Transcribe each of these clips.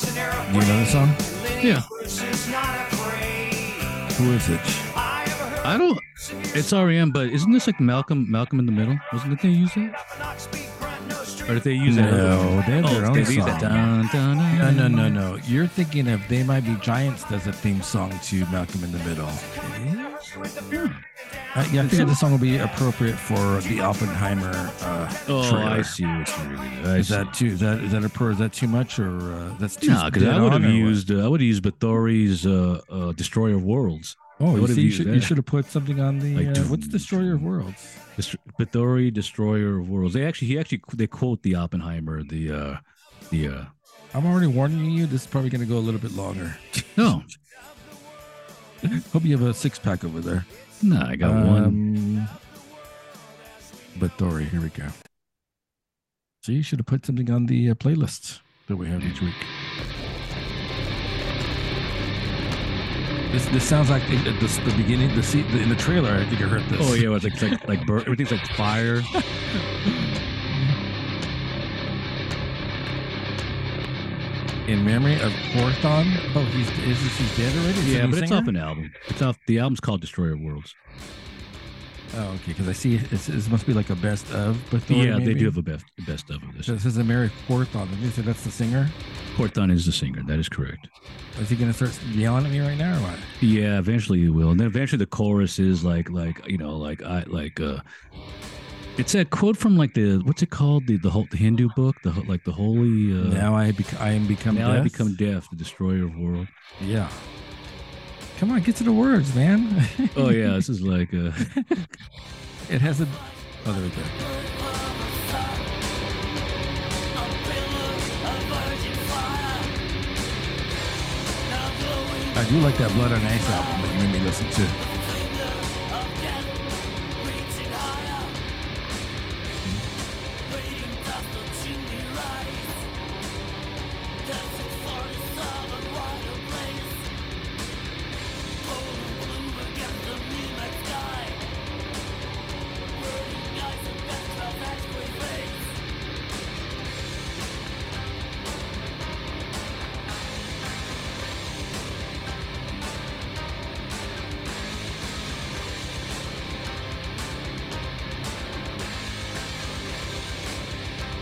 that a song? Yeah. Who is it? I don't. It's REM, but isn't this like Malcolm? Malcolm in the Middle? Wasn't it they use it? Or did they use it? No, they have Oh, their own they use song. that. Dun, dun, dun. No, no, no, no. You're thinking of They Might Be Giants does a theme song to Malcolm in the Middle. Uh, yeah, I figured the song will be appropriate for the Oppenheimer uh, Oh, trailer. I see what you're doing. I Is see. that too? Is that is that a pro? Is that too much or uh, that's too? Nah, because dead I would on, have or what? used uh, I would have used Bathory's uh, uh, Destroyer of Worlds. Oh, I you, would've see, you used should, you that. should have put something on the Like, uh, what's Destroyer of Worlds? Dest- Bathory Destroyer of Worlds. They actually he actually they quote the Oppenheimer the uh, the uh, I'm already warning you. This is probably going to go a little bit longer. no Hope you have a six pack over there. no I got one. Um, But Dory, here we go. So you should have put something on the uh, playlist that we have each week. This, this sounds like the, the, the beginning, the, se- the in the trailer. I think I heard this. Oh yeah, it's like it's like like bur- everything's like fire. In memory of Porthon. Oh, he's is this, he's dead already? Is yeah, he but it's singer? off an album. It's off the album's called Destroyer of Worlds. Oh, okay. Because I see it's, it must be like a best of. But Dory, yeah, they Oh, maybe? do have a best best of of this. So this is a Mary Porthon. Did you say that's the singer? Corton is the singer. That is correct. Is he gonna start yelling at me right now or what? Yeah, eventually you will, and then eventually the chorus is like, like you know, like I like. uh It's that quote from like the what's it called the the, whole, the Hindu book, the ho- like the holy. Uh, now I bec- I am become. now I death? become deaf, the destroyer of world. Yeah. Come on, get to the words, man. Oh yeah, this is like uh, it has a. Oh, there we go. I do like that Blood on Ice album that you made me listen to.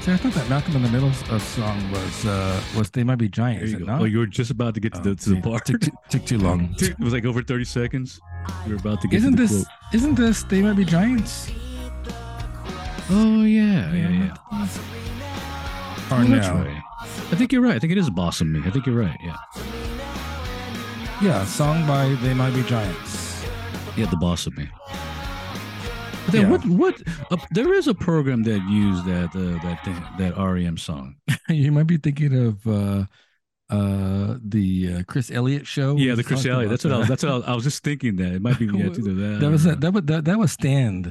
See, I thought that Malcolm in the Middle uh, song was uh, was They Might Be there Giants. you Is it go. not? Oh, you were just about to get to Oh, the, to the see, part. Took, took too long. It was like over thirty seconds. You were about to get. to Isn't the this quote. isn't this They Might Be Giants? Oh yeah, yeah, yeah. Or That's no? right. I think you're right. I think it is bossing me. I think you're right. Yeah, Yeah, a song by They Might Be Giants. yeah, the boss of me. But then Yeah. what? What? Uh, there is a program that used that uh, that thing, that REM song. you might be thinking of uh, uh, the uh, Chris Elliott show. We yeah, the just Chris talked Elliott. about That's what I was. that. That's what I was, I was just thinking. That it might be yeah, it's either that. That or- was that. That was that, that was stand.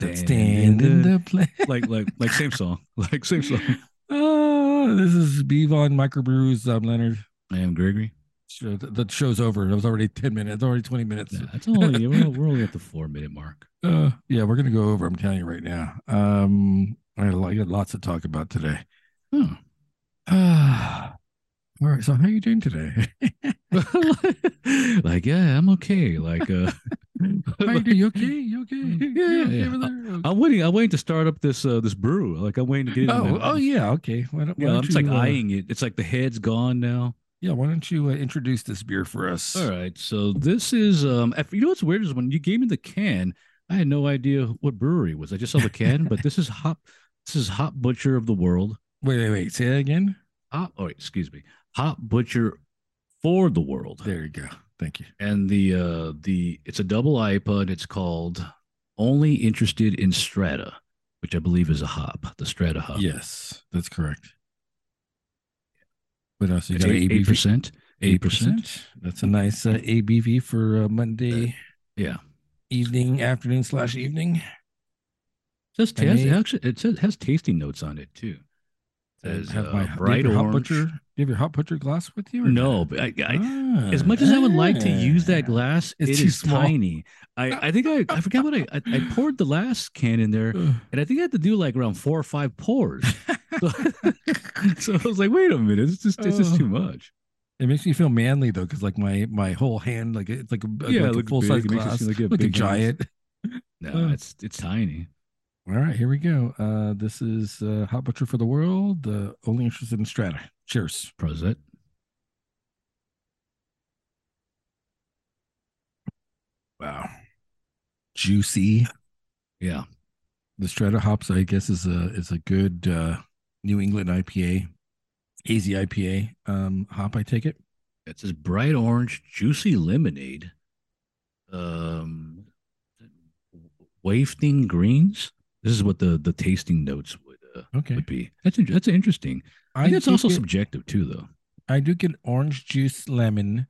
That Stand stand in in the play. like like like same song. Like same song. Oh, this is Bevon Microbrews. Um, Leonard. I am Gregory. Show, the, the show's over. It was already ten minutes. Already twenty minutes. Yeah, that's only we're, we're only at the four minute mark. Uh, yeah, we're gonna go over. I'm telling you right now. Um, I got a lot- I got lots to talk about today. Oh. All right. So how are you doing today? like yeah, I'm okay. Like uh, How you doing? You okay? You okay? Yeah, You yeah, okay yeah. over there? I'm waiting. I'm waiting to start up this uh this brew. Like I'm waiting to get it. in Oh, my- oh yeah. Okay. Why don't, why Yeah, don't I'm just like you, uh, eyeing it. It's like the head's gone now. Yeah. Why don't you uh, introduce this beer for us? All right. So this is um if- you know what's weird is when you gave me the can, I had no idea what brewery it was. I just saw the can, but this is Hop this is Hop Butcher of the World. Wait, wait, wait. Say that again. Hop oh wait, excuse me. Hop Butcher for the World. There you go. Thank you. And the uh the it's a double IPA and it's called Only Interested in Strata, which I believe is a hop, the Strata hop. Yes, that's correct. What else? You It's got an eight ABV? percent. Eight percent. That's a nice uh, ABV for uh, Monday Yeah. evening, afternoon slash evening. It says And tas- they- actually it says has tasting notes on it too. Says uh, do you bright your hot orange. butcher. Do you have your hot butcher glass with you? or Ah. No, but I, I, not? as much as I would like to use that Ah. glass, It's it's too small. tiny. I, I think I, I forgot what I, I I poured the last can in there, Ugh. and I think I had to do like around four or five pours. So, so I was like, wait a minute, it's just it's just too Oh. much. It makes me feel manly though, because like my my whole hand, like it's like a, Yeah, it like a looks full size big. It makes it glass, seem like like you a, have big hands. giant. No, it's it's tiny. All right, here we go. Uh, this is uh, Hot Butcher for the World. Uh, only interested in Strata. Cheers. Prosette. Wow, juicy. Yeah. The Strata hops, I guess, is a is a good uh, New England IPA, easy IPA um, hop. I take it. It's this bright orange, juicy lemonade. Um wafting greens. This is what the the tasting notes would uh, Okay, would be. That's in- that's interesting. I think it's do also get- subjective too though. I do get orange juice, lemon.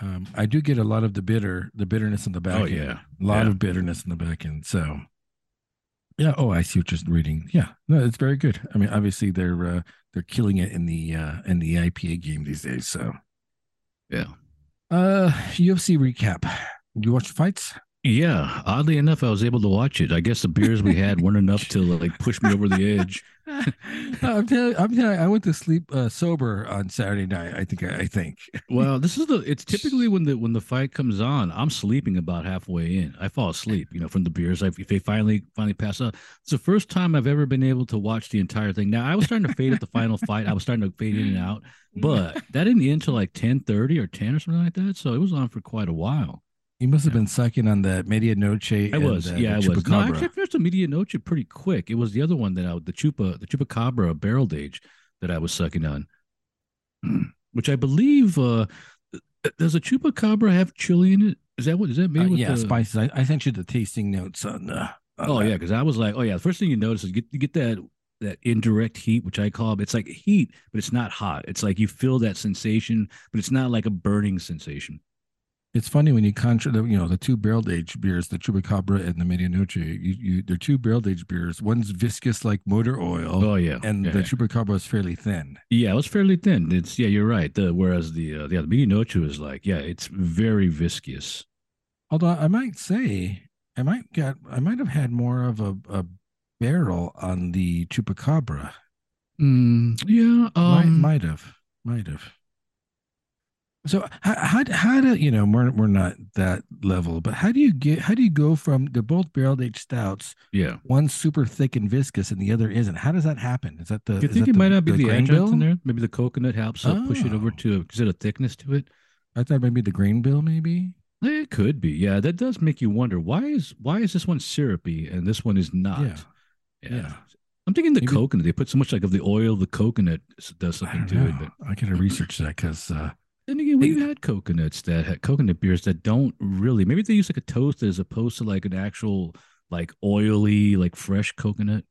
Um, I do get a lot of the bitter, the bitterness in the back. oh end. yeah. a lot Yeah. of bitterness in the back end. So, yeah. Oh, I see what you're reading. Yeah, no, it's very good. I mean, obviously they're uh, they're killing it in the uh, in the IPA game these days. So, Yeah. uh, UFC recap. You watch the fights? Yeah, oddly enough, I was able to watch it. I guess the beers we had weren't enough to like push me over the edge. I'm telling, I'm telling, I went to sleep uh, sober on Saturday night. I think. I think. Well, this is the. It's typically when the when the fight comes on, I'm sleeping about halfway in. I fall asleep, you know, from the beers. I, if they finally finally pass out, it's the first time I've ever been able to watch the entire thing. Now I was starting to fade at the final fight. I was starting to fade in and out, Mm. but that didn't end till like ten thirty or ten or something like that. So it was on for quite a while. You must have been sucking on the media noche. I was, yeah, I was. No, actually, I finished the media noche pretty quick. It was the other one that I the chupa the chupacabra barreled age that I was sucking on, which I believe uh does a chupacabra have chili in it? Is that what is that made Uh, with? yeah, the, spices. I, I sent you the tasting notes on. Uh, on Oh that. yeah, because I was like, oh yeah. The first thing you notice is you get you get that that indirect heat, which I call it's like heat, but it's not hot. It's like you feel that sensation, but it's not like a burning sensation. It's funny when you contra the, you know the two barrel aged beers, the Chupacabra and the Medianoche. You, you they're two barrel aged beers. One's viscous like motor oil, Oh yeah, and yeah, the yeah. Chupacabra is fairly thin. Yeah, it was fairly thin. It's yeah, you're right. The whereas the uh, yeah, the medianoche is like yeah, it's very viscous. Although I might say I might got I might have had more of a, a barrel on the Chupacabra. Mm, yeah, might, um, might have, might have. So how, how d- how do you know we're we're not that level, but how do you get how do you go from they're both barrel aged stouts yeah. one's super thick and viscous and the other isn't. How does that happen? Is that the? You is think that it might not be the, grain adjunct in bill? there? Maybe the coconut helps uh, push it over Oh. to is it a thickness to it? I thought maybe the grain bill, maybe. It could be. Yeah, that does make you wonder why is why is this one syrupy and this one is not? Yeah, Yeah. yeah. I'm thinking the Maybe- coconut. They put so much like of the oil of the coconut s- does I something don't to know. it. But I gotta research that because uh, Then again, They- we've had coconuts that had coconut beers that don't really. Maybe they use like a toast as opposed to like an actual like oily like fresh coconut.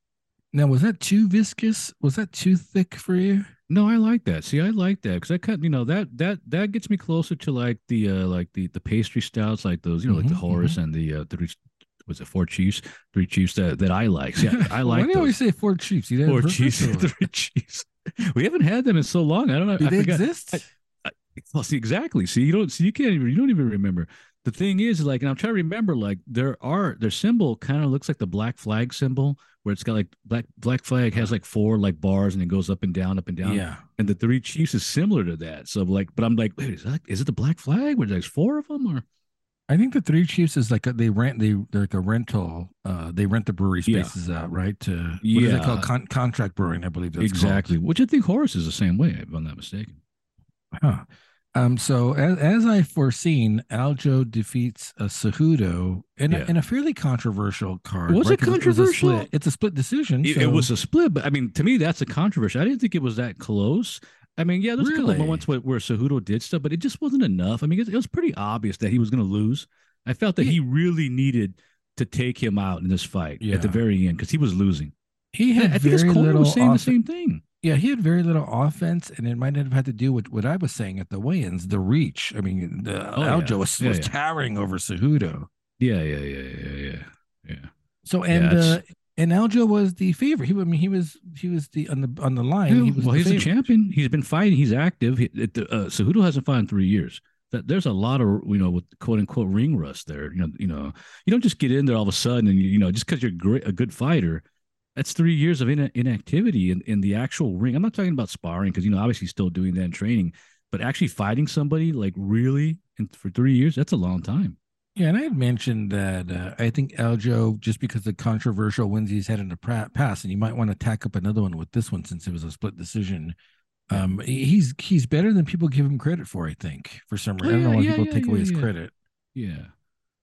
now was that too viscous? Was that too thick for you? No, I like that. See, I like that because that kind, you know, that that that gets me closer to like the uh like the the pastry stouts, like those, you know, like the Mhm, Horace and the uh three was it four chiefs, three chiefs that that I like. See, I, I Why like do you always those say four chiefs? You four never chiefs, three chiefs. We haven't had them in so long. I don't know. Do I they forgot. exist? I- Well, see, exactly. See, you don't see, you can't even, you don't even remember. The thing is, like, and I'm trying to remember, like, there are their symbol kind of looks like the black flag symbol, where it's got like black black flag has like four like bars and it goes up and down, up and down. yeah. And the three chiefs is similar to that. So like, but I'm like, wait, is that is it the black flag? Where there's four of them, or I think the three chiefs is like a, they rent they they're like a rental. Uh, they rent the brewery Yeah. spaces out, right? To what is it called? Yeah. Con- contract brewing, I believe. That's called. exactly? Which I think Horace is the same way, if I'm not mistaken. Huh. Um, so as, as I foreseen, Aljo defeats a Cejudo in, Yeah. a, in a fairly controversial card. Was it 'Cause a split- controversial? it's a split decision. It, it so- was a split, but I mean, to me, that's a controversy. I didn't think it was that close. I mean, yeah, there's a couple Really? of moments where, where Cejudo did stuff, but it just wasn't enough. I mean, it, it was pretty obvious that he was going to lose. I felt that Yeah. he really needed to take him out in this fight at the Yeah. very end because he was losing. he And had I think his very corner little was saying off- the same thing. Yeah, he had very little offense, and it might not have had to do with what I was saying at the weigh-ins, the reach. I mean, the, Oh, yeah. Aljo was, Yeah, was yeah. towering over Cejudo. Yeah, yeah, yeah, yeah, yeah, yeah. So and it's- uh, and Aljo was the favorite. He I mean he was he was the on the on the line. Yeah, he was well, the he's favorite. a champion. He's been fighting. He's active. He, it, uh, Cejudo hasn't fought in three years. That there's a lot of you know with quote unquote ring rust there. You know, you know, you don't just get in there all of a sudden and you, you know just because you're great, a good fighter. That's three years of in, inactivity in, in the actual ring. I'm not talking about sparring because you know obviously he's still doing that in training, But actually fighting somebody like really and for three years, that's a long time. Yeah, and I had mentioned that uh, I think Aljo, just because the controversial wins he's had in the pra- past, and you might want to tack up another one with this one since it was a split decision. Um, he's he's better than people give him credit for. I think for some reason, I don't know why yeah, people yeah, take away yeah, his yeah. credit. Yeah.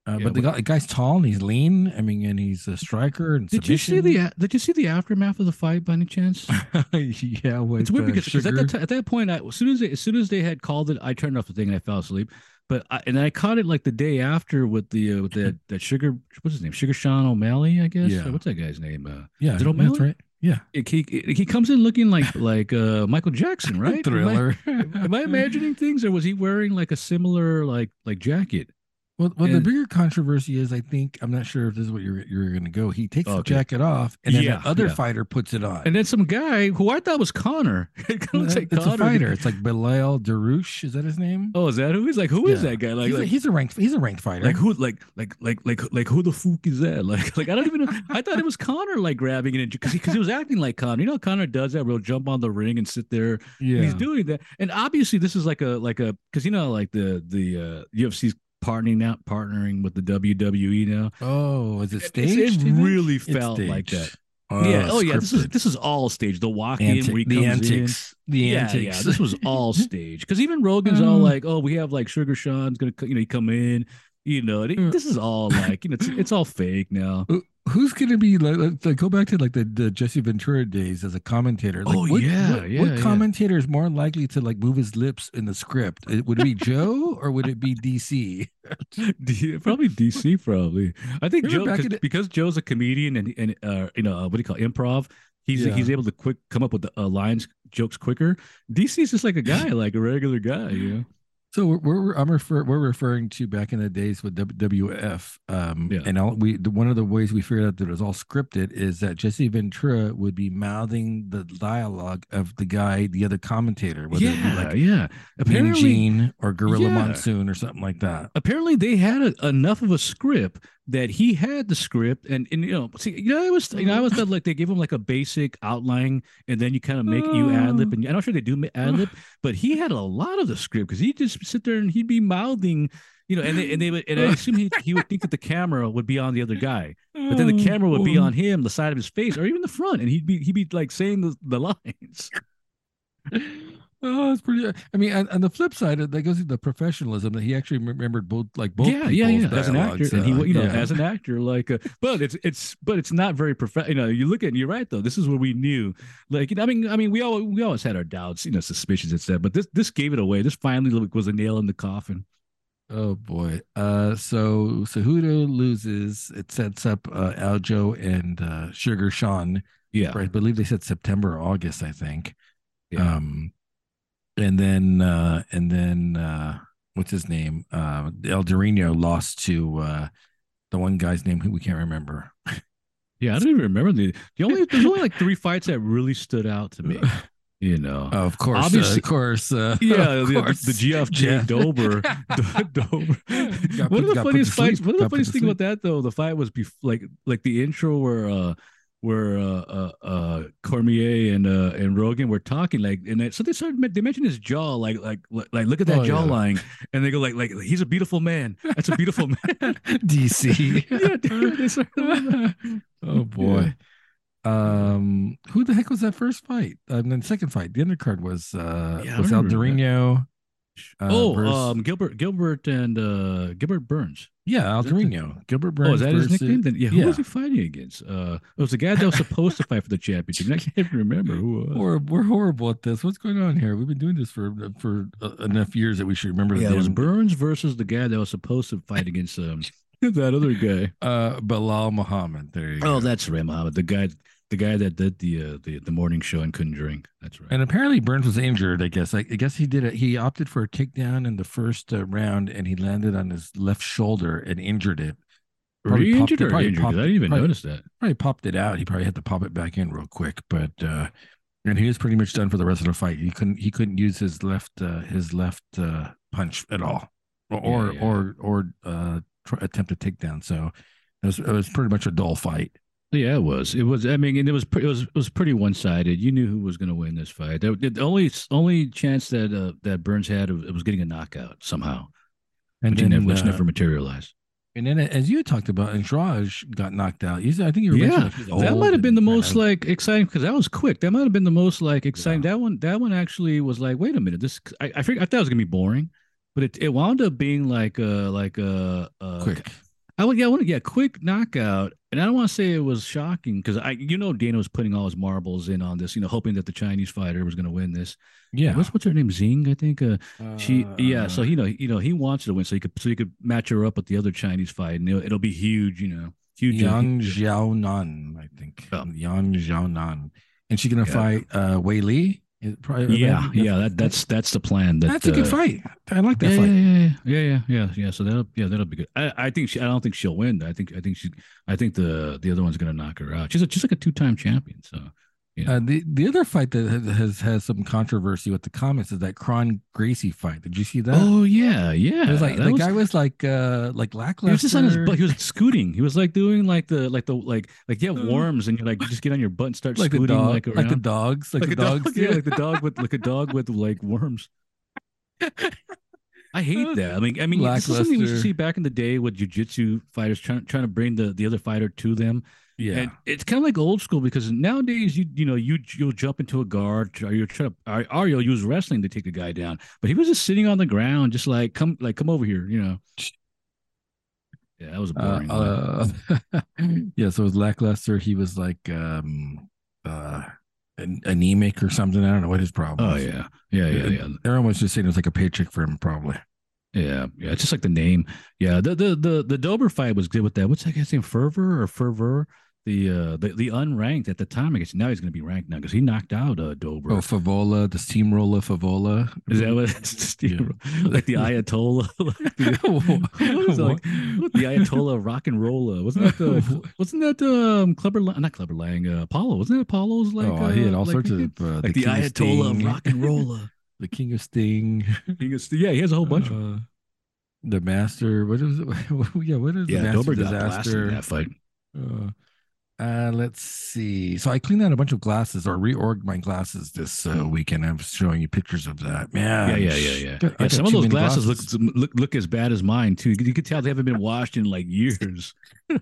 Uh, Yeah, but the guy, the guy's tall and he's lean. I mean, and he's a striker. And Did you see submission. the Did you see the aftermath of the fight by any chance? yeah, with, uh, It's weird uh, because 'cause at Sugar. that, ti- at that point, I, as soon as they, as soon as they had called it, I turned off the thing and I fell asleep. But I, and I caught it like the day after with the uh, with that that sugar what's his name Sugar Sean O'Malley I guess Yeah. what's that guy's name uh, yeah, Is it that's O'Malley? right. Yeah, it- he it- he comes in looking like like uh, Michael Jackson right Am I- thriller. am I imagining things or was he wearing like a similar like like jacket Well, well the And- bigger controversy is, I think I'm not sure if this is what you're you're going to go. He takes the Okay. jacket off, and then Yeah, the other yeah. fighter puts it on. and then some guy who I thought was Connor it kinda Uh, looks like it's a Connor. fighter. It's like Bilal Darush. Is that his name? oh is that who he's like who is Yeah. that guy like, he's, like a, he's a ranked. He's a ranked fighter. Like who? Like like like like like who the fuck is that? Like like I don't even know. I thought it was Connor like grabbing it because he, 'cause he was acting like Connor. You know, how Connor does that. We'll jump on the ring and sit there. yeah. And he's doing that. And obviously, this is like a like a because you know like the the uh, UFC's partnering out partnering with the WWE now. oh, is it It- staged? It, you think? really It's felt like that. staged. Oh, yeah. Oh yeah. This is scripted. this is all stage. The walk in, Antic- where he the comes in. antics. The Yeah, antics. yeah, this was all stage. Because even Rogan's all Uh. like, "Oh, we have like Sugar Sean's gonna, co- you know, he come in, you know." and Uh. it- This is all like, you know, it's, it's all fake now. Who's gonna be like, like, like, Go back to like the, the Jesse Ventura days as a commentator. Like, Oh, what, yeah, what, yeah, What yeah. commentator is more likely to like move his lips in the script? It- Would it be Joe or would it be DC? D- probably DC, probably. I think Remember Joe back 'cause- in the- because Joe's a comedian and and uh, you know uh, what do you call it, improv. He's Yeah. he's able to quick come up with the uh, lines jokes quicker. DC's just like a guy, like a regular guy, you know. So we're, we're I'm refer, we're referring to back in the days with W- WF, um, Yeah. and all, we the, one of the ways we figured out that it was all scripted is that Jesse Ventura would be mouthing the dialogue of the guy, the other commentator, whether it be Yeah, like yeah. Mean Apparently, Gene or Gorilla Yeah. Monsoon or something like that. apparently they had a, enough of a script that he had the script and, and you know see you know I was you know I was thought like they give him like a basic outline and then you kind of make you ad lib and I'm not sure they do ad lib but he had a lot of the script because he just sit there and he'd be mouthing you know and they, and they would and I assume he, he would think that the camera would be on the other guy but Oh, then the camera would be on him the side of his face or even the front and he'd be he'd be like saying the, the lines Oh, it's pretty. I mean, on, on the flip side, that goes to the professionalism that he actually remembered both, like both. yeah, yeah, people's yeah. As an actor, dialogues, and he, uh, wa- you know, yeah. as an actor, like, uh, but it's it's but it's not very professional. You know, you look at, you're right though. This is what we knew. Like, you know, I mean, I mean, we all we always had our doubts, you know, suspicions and stuff. But this this gave it away. This finally like, was a nail in the coffin. Oh boy. Uh so Cejudo loses. It sets up uh Aljo and uh Sugar Sean. Yeah, for I believe they said September or August, I think. Yeah. Um and then uh and then uh what's his name? Uh El Dorino lost to uh the one guy's name who we can't remember. yeah. I don't even remember the the only there's only like three fights that really stood out to me. You know. of course, Oh, Obviously- of course, uh, yeah, the, of the, course. the GFJ Jeff. Dober, Dober. Got put- one of the got put funniest to fights. sleep, One of got the put funniest to thing sleep. about that though, the fight was bef- like like the intro where uh where uh uh, uh Cormier and uh and Rogan were talking like and they, so they started men- they mentioned his jaw like like like, like look at that Oh, yeah. jawline and they go like like he's a beautiful man. That's a beautiful man. DC. yeah, dude, they started- Oh boy. Um, who the heck was that first fight? And then second fight, the undercard was uh Yeah, I was El remember that. Dorino. uh, oh, versus- um Gilbert Gilbert and uh Gilbert Burns. yeah, Al is that the- Dorino. Gilbert Burns. Oh, is that his versus- nickname? Then, yeah, who yeah. was he fighting against? Uh, it was the guy that was supposed to fight for the championship. and I can't even remember who it was. Or we're horrible at this. What's going on here? We've been doing this for for uh, enough years that we should remember. the yeah, it was damn- Burns versus the guy that was supposed to fight against um that other guy. uh, Bilal Muhammad. There you go. Oh, that's right, Muhammad. The guy, the guy that did the uh, the the morning show and couldn't drink. That's right. And apparently Burns was injured. I guess. I, I guess he did it. He opted for a takedown in the first uh, round, and he landed on his left shoulder and injured it. Were probably you popped injured it- or probably injured? 'Cause popped I it- didn't even probably- notice that. probably popped it out. He probably had to pop it back in real quick, but uh and he was pretty much done for the rest of the fight. He couldn't he couldn't use his left uh his left uh punch at all. Or or yeah. or, or uh tr- attempt to take down. So it was it was pretty much a dull fight. Yeah, it was. It was. I mean, and it was. pre- It was. It was pretty one sided. You knew who was going to win this fight. The, the only only chance that uh, that Burns had was, was getting a knockout somehow, And which, he then, never, which uh, never materialized. and then as you had talked about, Andrade got knocked out. You said, I think you were Yeah, Oh, mentioning, like, he's that old might have been the and- most yeah. like exciting because that was quick. That might have been the most like exciting. That one, that one actually was like, wait a minute, this I I, figured, I thought it was gonna be boring, but it, it wound up being like uh like uh, uh quick. I would yeah, I want to get a quick knockout, and I don't want to say it was shocking because I you know Dana was putting all his marbles in on this, you know, hoping that the Chinese fighter was gonna win this. Yeah. what's what's her name? Zing, I think. Uh, she yeah. So Uh, you know you know he wants her to win so he could so he could match her up with the other Chinese fight, and it'll, it'll be huge, you know, huge. uh, Yang huge- Xiaonan, I think. Oh. Yang Xiaonan. And she's going to Yeah. fight uh, Wei Li. Is- probably- Yeah, yeah, that, that's that's the plan. That, That's a good uh, fight. I like that yeah, fight. Yeah, yeah, yeah, yeah, yeah, yeah. So that'll yeah, that'll be good. I, I think she, I don't think she'll win. I think I think she I think the the other one's gonna knock her out. She's a, she's like a two time champion. So yeah. Uh, the the other fight that has, has has some controversy with the comments is that Cron Gracie fight. Did you see that? oh yeah, yeah. it was like that the was- guy was like uh like he lackluster. was just on his butt. He was scooting. He was like doing like the like the like like you have Uh, worms and you like you just get on your butt and start like the scooting dog, like like, around. the dogs, like, Like the a dog, dogs. yeah, like the dog with like a dog with like worms. I hate that. I mean, I mean, this is something we used to Lackluster. see back in the day with jujitsu fighters trying trying to bring the the other fighter to them. yeah. And it's kind of like old school because nowadays you you know you you'll jump into a guard or you'll try to or, or you'll use wrestling to take a guy down. But he was just sitting on the ground, just like come like come over here, you know. Yeah, that was a Uh, boring. one. uh, yeah, so it was lackluster. He was like um uh an- anemic or something. I don't know what his problem. oh was. Uh, yeah, yeah, yeah, yeah. Everyone was just saying it was like a paycheck for him, probably. Yeah, yeah, it's just like the name. Yeah, the the the the Dober fight was good with that. What's that guy's name? Fervor or Fervor? The uh the, the unranked at the time. I guess now he's gonna be ranked now because he knocked out uh Dober. Oh, Favola, the steamroller Favola. Is that what like the Ayatollah? like the, what is that, like, what, the Ayatollah rock and roller? Wasn't that the wasn't that um Clever Lang not Clever Lang, uh, Apollo, wasn't it Apollo's like oh, he had uh, all like, sorts of nickname? uh, like the, King of Ayatollah of Sting, rock and roller. the King of Sting, King of Sting. yeah, he has a whole bunch of uh, the Master. What is it? yeah, what is the yeah, Master Dober got blasted in Disaster? that fight. Uh, uh, let's see. So I cleaned out a bunch of glasses or reorged my glasses this uh, weekend. I'm showing you pictures of that. Man, yeah, yeah, yeah, yeah. I yeah got some of too those many glasses, Look, look look as bad as mine too. You could tell they haven't been washed in like years.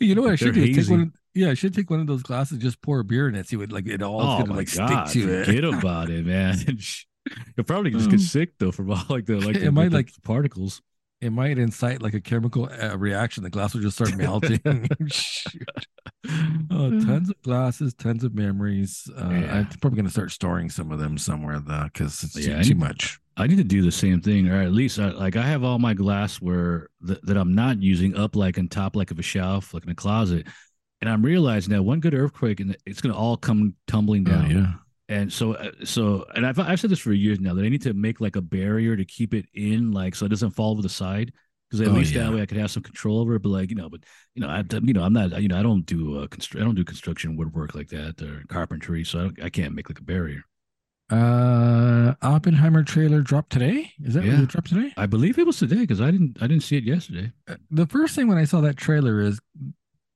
You know what I They're should do? Is take hazy. one. Of, yeah, I should take one of those glasses, just pour beer in it, see what like it all oh is gonna my like god! stick to it. Forget about it, man. You'll probably just Um, get sick though from all like the like, it the, might, the like- particles. It might incite like a chemical uh, reaction. The glass will just start melting. Shoot. oh, tons of glasses, tons of memories. Uh, Yeah. I'm probably gonna start storing some of them somewhere though, because it's Yeah, I too, too need- much. I need to do the same thing, or at least I, like I have all my glassware that, that I'm not using up, like on top, like of a shelf, like in a closet. And I'm realizing that one good earthquake, and it's going to all come tumbling down. Oh, yeah. And so, uh, so, and I've, I've said this for years now that I need to make like a barrier to keep it in, like, so it doesn't fall over the side. Cause at Oh, least yeah. that way I could have some control over it. But like, you know, but you know, I, you know, I'm not, you know, I don't do, uh, constr- I don't do construction woodwork like that or carpentry. So I, don't, I can't make like a barrier. Uh, Oppenheimer trailer dropped today. Is that what Yeah. it dropped today? I believe it was today. Cause I didn't, I didn't see it yesterday. Uh, The first thing when I saw that trailer is,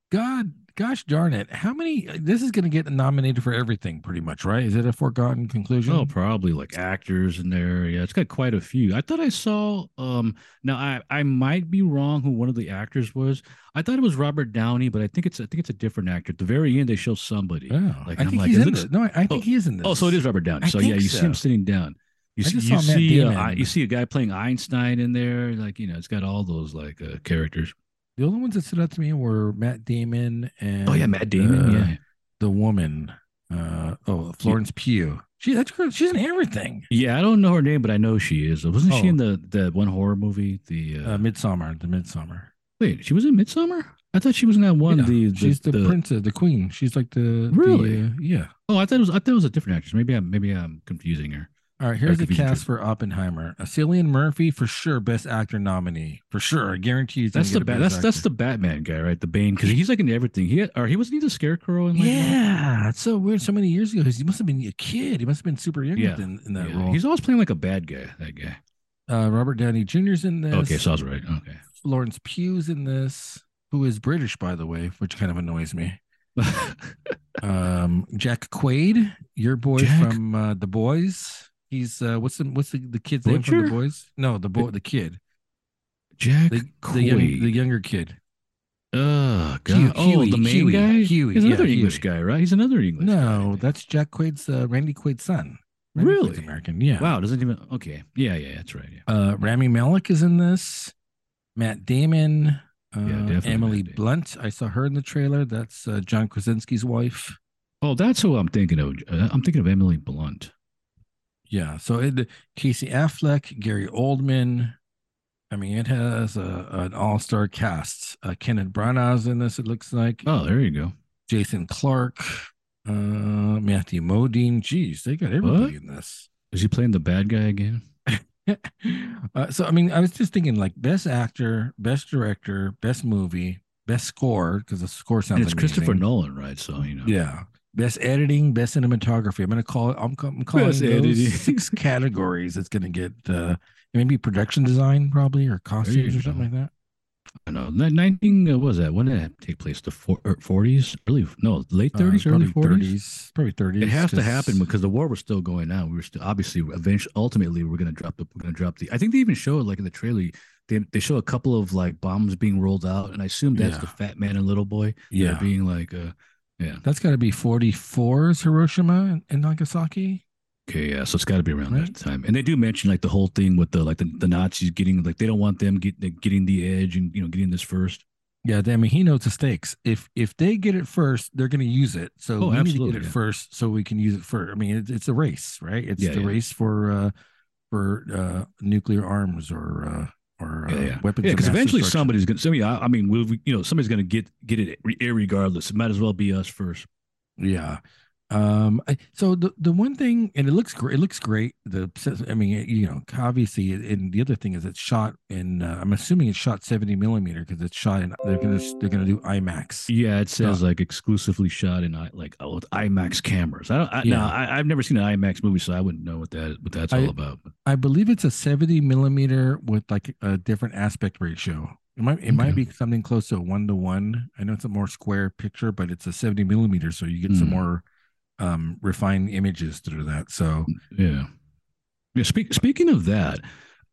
God, gosh darn it! How many? uh, This is gonna get nominated for everything, pretty much, right? Is it a foregone conclusion? Oh, probably like actors in there. Yeah, it's got quite a few. I thought I saw um now I I might be wrong who one of the actors was. I thought it was Robert Downey, but I think it's I think it's a different actor. At the very end they show somebody. Yeah. Like, Oh, I I'm think like, he's it in looks- this. No, I, I Oh, think he is in this. Oh, so it is Robert Downey. I so yeah, think you see him so. sitting down. You I see, just you, saw Matt see uh, Damon I- in you this. see a guy playing Einstein in there. Like, you know, it's got all those like uh, characters. The only ones that stood out to me were Matt Damon and Oh yeah, Matt Damon. uh, yeah. the woman. Uh, oh, Florence Pugh. She that's her, she's in everything. Yeah, I don't know her name, but I know she is. Wasn't she Oh. in the the one horror movie? The uh, Uh, Midsummer, the Midsummer. wait, she was in Midsummer? I thought she was in that one. Yeah, the, the she's the, the- princess, the queen. She's like the the, Really? uh, yeah. Oh, I thought it was I thought it was a different actress. Maybe I'm maybe I'm confusing her. All right, here's the confusing cast choice. for Oppenheimer. Uh, Cillian Murphy for sure, best actor nominee for sure. I guarantee you. That's the ba- that's that's the Batman guy, right? The Bane, because he's like in everything. He had, or he wasn't he the Scarecrow in like yeah. It's so weird. So many years ago, he must have been a kid. He must have been super young Yeah, in, in that Yeah, role. He's always playing like a bad guy. That guy. Uh, Robert Downey Jr.'s in this. Okay, so I was right. Okay. Florence Pugh's in this, who is British, by the way, which kind of annoys me. um, Jack Quaid, your boy Jack? from uh, The Boys. He's uh, what's the what's the, the kid's name from The Butcher? Boys? No, the boy, the kid, Jack the the, young, Quaid. the younger kid. oh, God. Huey- oh, the main Huey- guy? Huey, He's yeah, another English Huey. guy, right? He's another English No, guy. that's Jack Quaid's uh, Randy Quaid's son. Randy Quaid's Really? American. Yeah. Wow, doesn't even. Okay. Yeah, yeah, that's right. Yeah. Uh, Rami Malek is in this. Matt Damon. Uh, definitely Emily Matt Damon. Blunt. I saw her in the trailer. That's uh, John Krasinski's wife. Oh, that's who I'm thinking of. Uh, I'm thinking of Emily Blunt. Yeah. So it Casey Affleck, Gary Oldman. I mean, it has a, an all star cast. Uh, Kenneth Branagh's in this. It looks like Oh, there you go. Jason Clark, uh, Matthew Modine. Jeez, they got everybody in this. Is he playing the bad guy again? Uh, so I mean, I was just thinking like best actor, best director, best movie, best score because the score sounds. And it's Christopher amazing. Nolan, right? So you know. Yeah. Best editing, best cinematography. I'm gonna call it. I'm, ca- I'm calling Best those editing. six categories. It's gonna get uh, maybe production design, probably, or costumes or you something like that. I know. Ni- Nineteen uh, what was that? When did that take place? The er, forties, early no, late Uh, thirties, early probably forties. 30s, probably 30s. It has to 'cause- happen because the war was still going on. We were still obviously eventually, ultimately, we're gonna drop the we're gonna drop the. I think they even show it like in the trailer. They they show a couple of like bombs being rolled out, and I assume that's Yeah. the Fat Man and Little Boy. that are yeah, being like, uh, yeah, that's got to be 44s Hiroshima and, and Nagasaki. Okay, yeah, so it's got to be around Right? that time, and they do mention like the whole thing with the like the, the Nazis getting like they don't want them get, the- getting the edge and you know getting this first. Yeah, I mean, he knows the stakes. If if they get it first, they're going to use it. So we need Oh, to get absolutely, it yeah. first, so we can use it first. I mean, it, it's a race, right? It's Yeah, the yeah. race for uh, for uh, nuclear arms or uh, or uh, Yeah, yeah. weapons. Yeah, of because mass eventually destruction. somebody's gonna. Somebody, I, I mean, we'll, we, you know, somebody's gonna get get it re- irregardless. It might as well be us first. Yeah. Um. I- So the the one thing, and it looks great. It looks great. The I mean, it- you know, obviously, and the other thing is it's shot in. Uh, I'm assuming it's shot 70 millimeter because it's shot in. They're gonna they're gonna do IMAX. Yeah, it says like exclusively shot in I- like oh, with IMAX cameras. I don't. I, Yeah. Now I, I've never seen an IMAX movie, so I wouldn't know what that what that's I- all about. but- I believe it's a 70 millimeter with like a different aspect ratio. It might it might Okay. be something close to a one to one. I know it's a more square picture, but it's a 70 millimeter, so you get some Hmm. more um refined images through that. So Yeah. Yeah. Speak, speaking of that,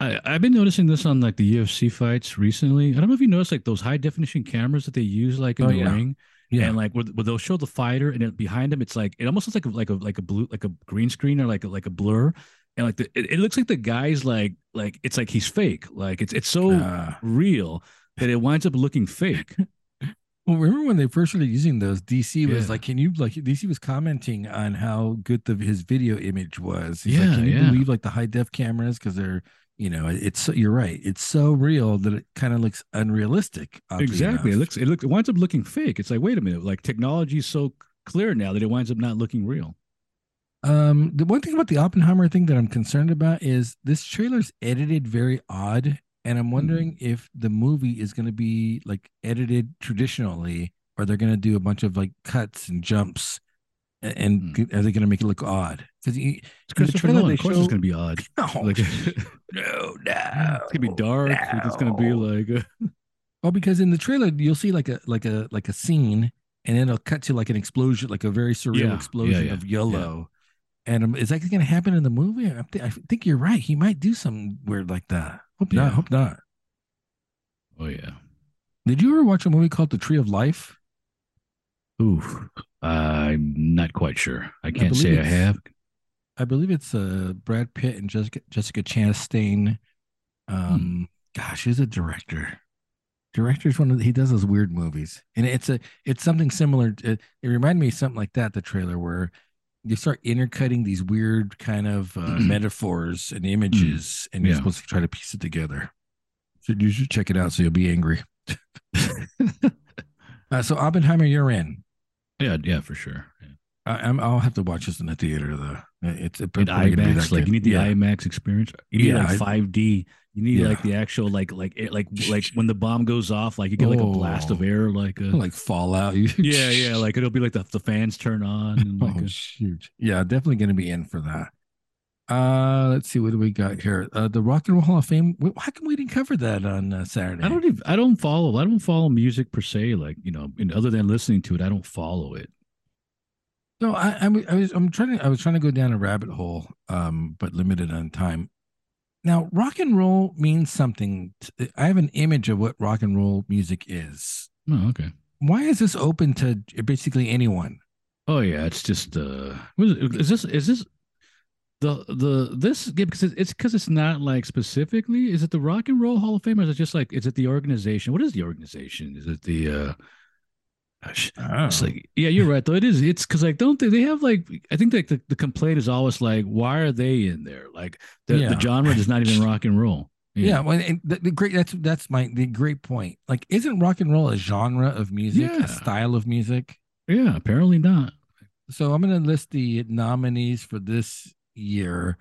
I, I've been noticing this on like the UFC fights recently. I don't know if you noticed like those high definition cameras that they use like in Oh, the yeah. ring, yeah, and like where, where they'll show the fighter, and then behind him it's like it almost looks like a, like a like a blue like a green screen or like a, like a blur, and like the, it, it looks like the guy's like like it's like he's fake. Like it's it's so uh, real that it winds up looking fake. Well, remember when they first started using those? DC was Yeah. like, "Can you like?" DC was commenting on how good the his video image was. He's like, Yeah, "Can you yeah. believe like the high def cameras? Because they're, you know, it- it's so- you're right. It's so real that it kind of looks unrealistic. oddly exactly. enough. It looks it looks it winds up looking fake. It's like wait a minute, like technology is so clear now that it winds up not looking real. Um, the one thing about the Oppenheimer thing that I'm concerned about is this trailer's edited very odd, and Mm-hmm. I'm wondering if the movie is going to be like edited traditionally, or they're going to do a bunch of like cuts and jumps, a- and Hmm. g- are they going to make it look odd? Because It's In the Christopher trailer, Nolan. they Of course, it's show- gonna be odd. no, Like, it's no, gonna be dark. like, it's gonna be no. like, uh, Well, Oh, because in the trailer you'll see like a like a like a scene, and then it'll cut to like an explosion, like a very surreal Yeah, yeah, explosion yeah, of yellow. And um, is that going to happen in the movie? I, thi- I think you're right. He might do something weird like that. Hope Yeah. not. Hope not. oh yeah. Did you ever watch a movie called The Tree of Life? Oof. I'm not quite sure. I can't believe say I it's- have. I believe it's uh, Brad Pitt and Jessica Jessica Chastain. Hmm. Um, gosh, who's a director? Director's one of the, he does those weird movies, and it's a it's something similar. To, it reminded me of something like that. The trailer where you start intercutting these weird kind of uh, metaphors and images, and you're Mm-hmm. Mm. Yeah. supposed to try to piece it together. So you should check it out, so you'll be angry. Uh, so Oppenheimer, you're in. yeah, yeah, for sure. Yeah. I, I'm, I'll have to watch this in the theater though. It's a In IMAX, like you need the IMAX experience. You need Yeah, I- like 5D. You need Yeah. like the actual like like air- like like when the bomb goes off, like you get like a blast of Oh. air, like a, like Fallout. yeah, yeah, like uh, it'll be like the, the fans turn on. And like oh a- shoot! Yeah, definitely going to be in for that. Uh, let's see what do we got here. Uh, the Rock and Roll Hall of Fame. Wh- How come we didn't cover that on uh, Saturday? I don't even, I don't follow I don't follow music per se like you know and other than listening to it I don't follow it. e-, No, I, I, wa- I was I'm trying to I was trying to go down a rabbit hole, um, but limited on time. Now, rock and roll means something. t- I have an image of what rock and roll music is. Oh okay. Why is this open to j- basically anyone? Oh yeah, it's just uh, what is, it- is this is this the the this yeah, because it's because it's not like specifically is it the Rock and Roll Hall of Fame or is it just like is it the organization? What is the organization? Is it the uh? gosh, It's like yeah, you're right though. It is. It's because like don't they, they have like I think like the, the complaint is always like why are they in there? Like the, Yeah. the genre does not even rock and roll. yeah. Well, and the, the great that's that's my the great point. Like, isn't rock and roll a genre of music, Yeah. a style of music? yeah, yeah. Apparently not. So I'm going to list the nominees for this year,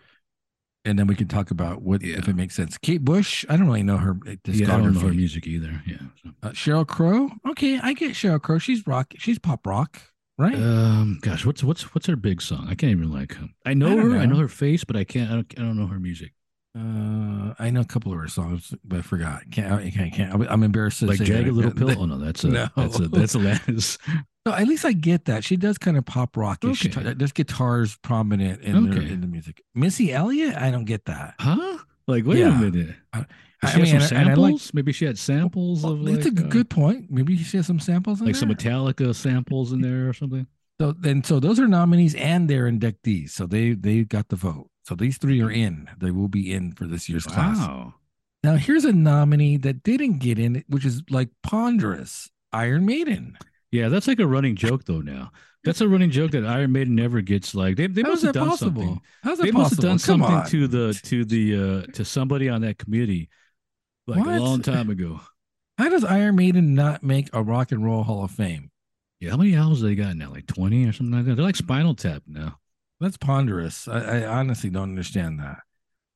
and then we can talk about what if Yeah. it makes sense. Kate Bush, I don't really know her uh, discography. Yeah, I don't know her music either. Yeah. so. Uh, Cheryl Crow, okay, I get Cheryl Crow. She's rock. She's pop rock, right? Um, gosh, what's what's what's her big song? I can't even like. um, I know don't her. I know. know her face, but I can't. I don't, I don't know her music. Uh, I know a couple of her songs, but I forgot. Can't. I can't. can't. I'm- I'm embarrassed to like say that I jagged little got- pill. Oh no, that's a No. that's a that's a Alanis. No, at least I get that. She does kind of pop rockish. Okay. There's guitars prominent in, the, Okay. in the music. Missy Elliott, I don't get that. huh? Like wait Yeah. a minute. Did I she mean, have and some I- and I samples? like- Maybe she had samples Well, of like that's a g- uh, good point. Maybe she has some samples in like there. some Metallica samples in there or something. So and so those are nominees and they're inductees. So they they got the vote. So these three are in. They will be in for this year's class. Wow. Now here's a nominee that didn't get in, which is like ponderous Iron Maiden. Yeah, that's like a running joke though. Now that's a running joke that Iron Maiden never gets. Like they they How's must have that done possible? something. How's that They possible? must have done Come something on. to the to the uh to somebody on that committee, like What? a long time ago. How does Iron Maiden not make a Rock and Roll Hall of Fame? Yeah, how many albums they got now? Like twenty or something like that. They're like Spinal Tap now. That's ponderous. I, I honestly don't understand that.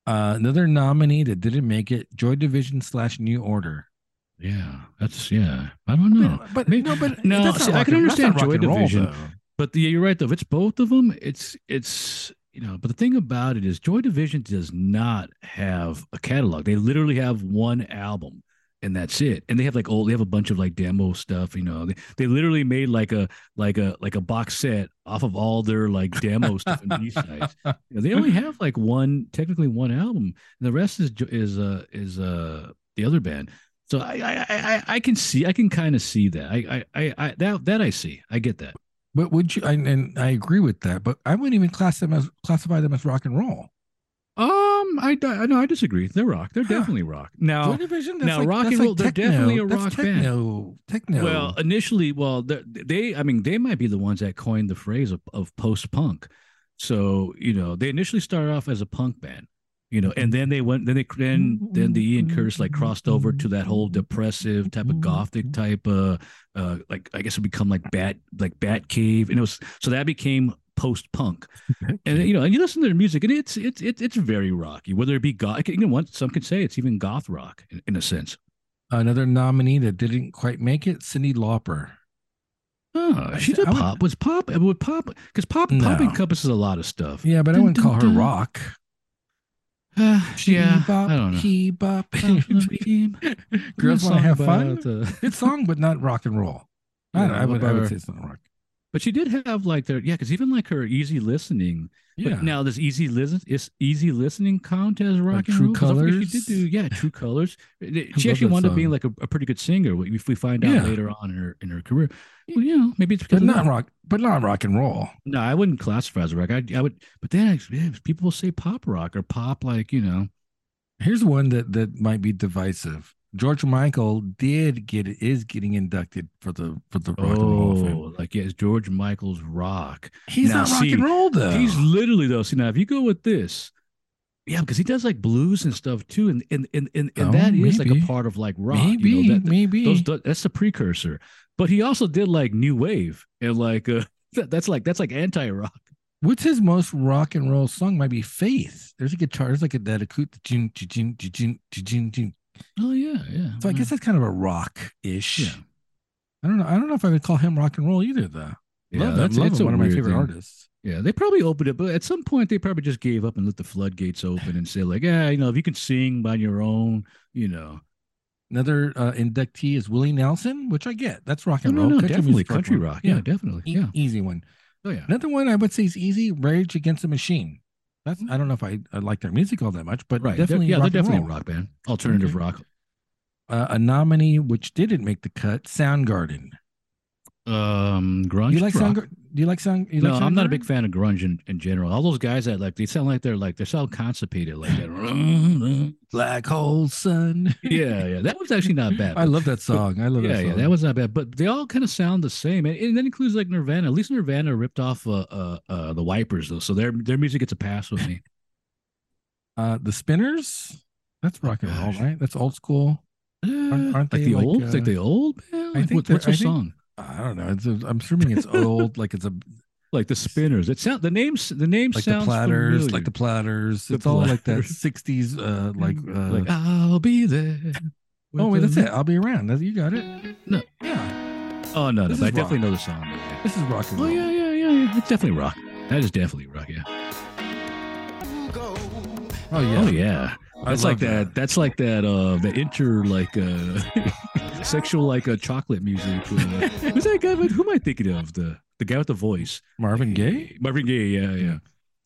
Uh, another nominee that didn't make it: Joy Division slash New Order. Yeah, that's yeah. I don't know, but May- no, but no, that's not see, I rock can and- that's understand not rock Joy and roll, Division. though. but the, you're right though. If it's both of them, it's it's you know. But the thing about it is, Joy Division does not have a catalog. They literally have one album, and that's it. And they have like old. They have a bunch of like demo stuff. You know, they, they literally made like a like a like a box set off of all their like demo stuff and B sides. You know, they only have like one, technically one album. And the rest is is uh is uh the other band. So I I I, I- I can see I can kind of see that I, I I I that that I see I get that. But would you? And, and I agree with that. But I wouldn't even class them as classify them as rock and roll. Um, I di- I no, I disagree. They're rock. They're Huh. definitely rock. Joy Now, Division. That's Oh, now like, rock that's and like roll, they're techno. definitely a That's rock band. techno, Techno. well, initially, well, they're- they I mean they might be the ones that coined the phrase of, of post punk. So you know they initially started off as a punk band, you know, and then they went then they then then the Ian Curse like crossed over to that whole depressive type of gothic type uh uh like I guess it become like bat like Bat Cave and it was so that became post punk. and you know, and you listen to their music, and it's it's it's it's very rocky. Whether it be goth, you know, one some could say it's even goth rock in, in a sense. another nominee that didn't quite make it: Cindy Lauper. Oh, I she said- did I would- pop. Was pop? It would pop because pop No. pop encompasses a lot of stuff. Yeah, but I Dun, wouldn't dun, call her dun. rock. Uh, yeah, Bebop, I don't know. He bop. Girls That want to song have about, fun. uh, Good song, but not rock and roll. I, don't know, I, would, I would say it's not rock. but she did have like their yeah, because even like her easy listening. Yeah. But now this easy listen is easy listening count as rock and True roll. 'Cause I forget She Colours? did do yeah, true colors. She love actually that wound up being song. like a, a pretty good singer. wh- If we find out Yeah. later on in her in her career, well, you know maybe it's because but of not that. rock. But not rock and roll. No, I wouldn't classify as rock. I, I would, but then I, yeah, people will say pop rock or pop like you know. Here's one that that might be divisive. George Michael did get is getting inducted for the for the Rock and Roll Hall of Fame. Oh, like yes, George Michael's rock. He's Now, not rock see, and roll though. He's literally though. See now, if you go with this, yeah, because he does like blues and stuff too, and and and and, and Oh, that is like maybe. a part of like rock. maybe you know, that, maybe those th- that's the precursor. But he also did like new wave and like uh, that, that's like that's like anti rock. What's his most rock and roll song? Might be Faith. There's a guitar. There's like a, that acoustic. jing, jing, jing, jing, jing, jing. Oh yeah, yeah. So I guess that's kind of a rock ish. yeah. I don't know. I don't know if I would call him rock and roll either, though. Yeah, love that's, love it's a one of my weird favorite thing. artists. Yeah, they probably opened it, but at some point they probably just gave up and let the floodgates open and say like, yeah, you know, if you can sing on your own, you know, Another uh, inductee is Willie Nelson, which I get. That's rock no, and no, roll. no, Country definitely music's country rock. Yeah, definitely. E- Yeah, easy one. oh yeah. Another one I would say is easy. Rage Against the Machine. That's I don't know if I, I like their music all that much, but Mm-hmm. Right. They're- definitely yeah, rock they're and definitely roll. a rock band. Alternative Okay. rock. Uh, a nominee which didn't make the cut, Soundgarden. Um, grunge. Do you like rock. Soundgarden? Do you like Sound? You no, like I'm not a big Soundgarden? fan of grunge in, in general. All those guys that like they sound like they're like they sound constipated like that. Black Hole Sun. yeah, yeah. That was actually not bad. I love that song. I love yeah, that yeah, song. that was not bad, but they all kind of sound the same, and, and that includes like Nirvana. At least Nirvana ripped off uh, uh, uh, the Wipers though, so their their music gets a pass with me. uh, the Spinners. That's rock and roll, Oh Gosh. right? That's old school. Uh, aren't like they the like, old, uh, like the old band? Like, think what- what's they're- their I think- song? I don't know. It's a, I'm assuming it's old. like it's a Like the Spinners. It sound the names. The name like the sounds platters, familiar. like the platters. The it's all like that Platters. '60s, uh, like, uh, like I'll be there. with Oh wait, the that's it. I'll be around. That's- You got it. No. Yeah. Oh no, no, This but I is definitely rock. know the song. Yeah. This is rock and Oh roll. yeah, yeah, yeah, yeah. It's definitely rock. That is definitely rock. Yeah. Oh yeah. Oh yeah. I That's love like that. That's like that. Uh, the inter like uh, sexual like uh, chocolate music. Uh, who's that guy? with- Who am I thinking of? The the guy with the voice. Marvin Gaye. Marvin Gaye. Yeah, yeah,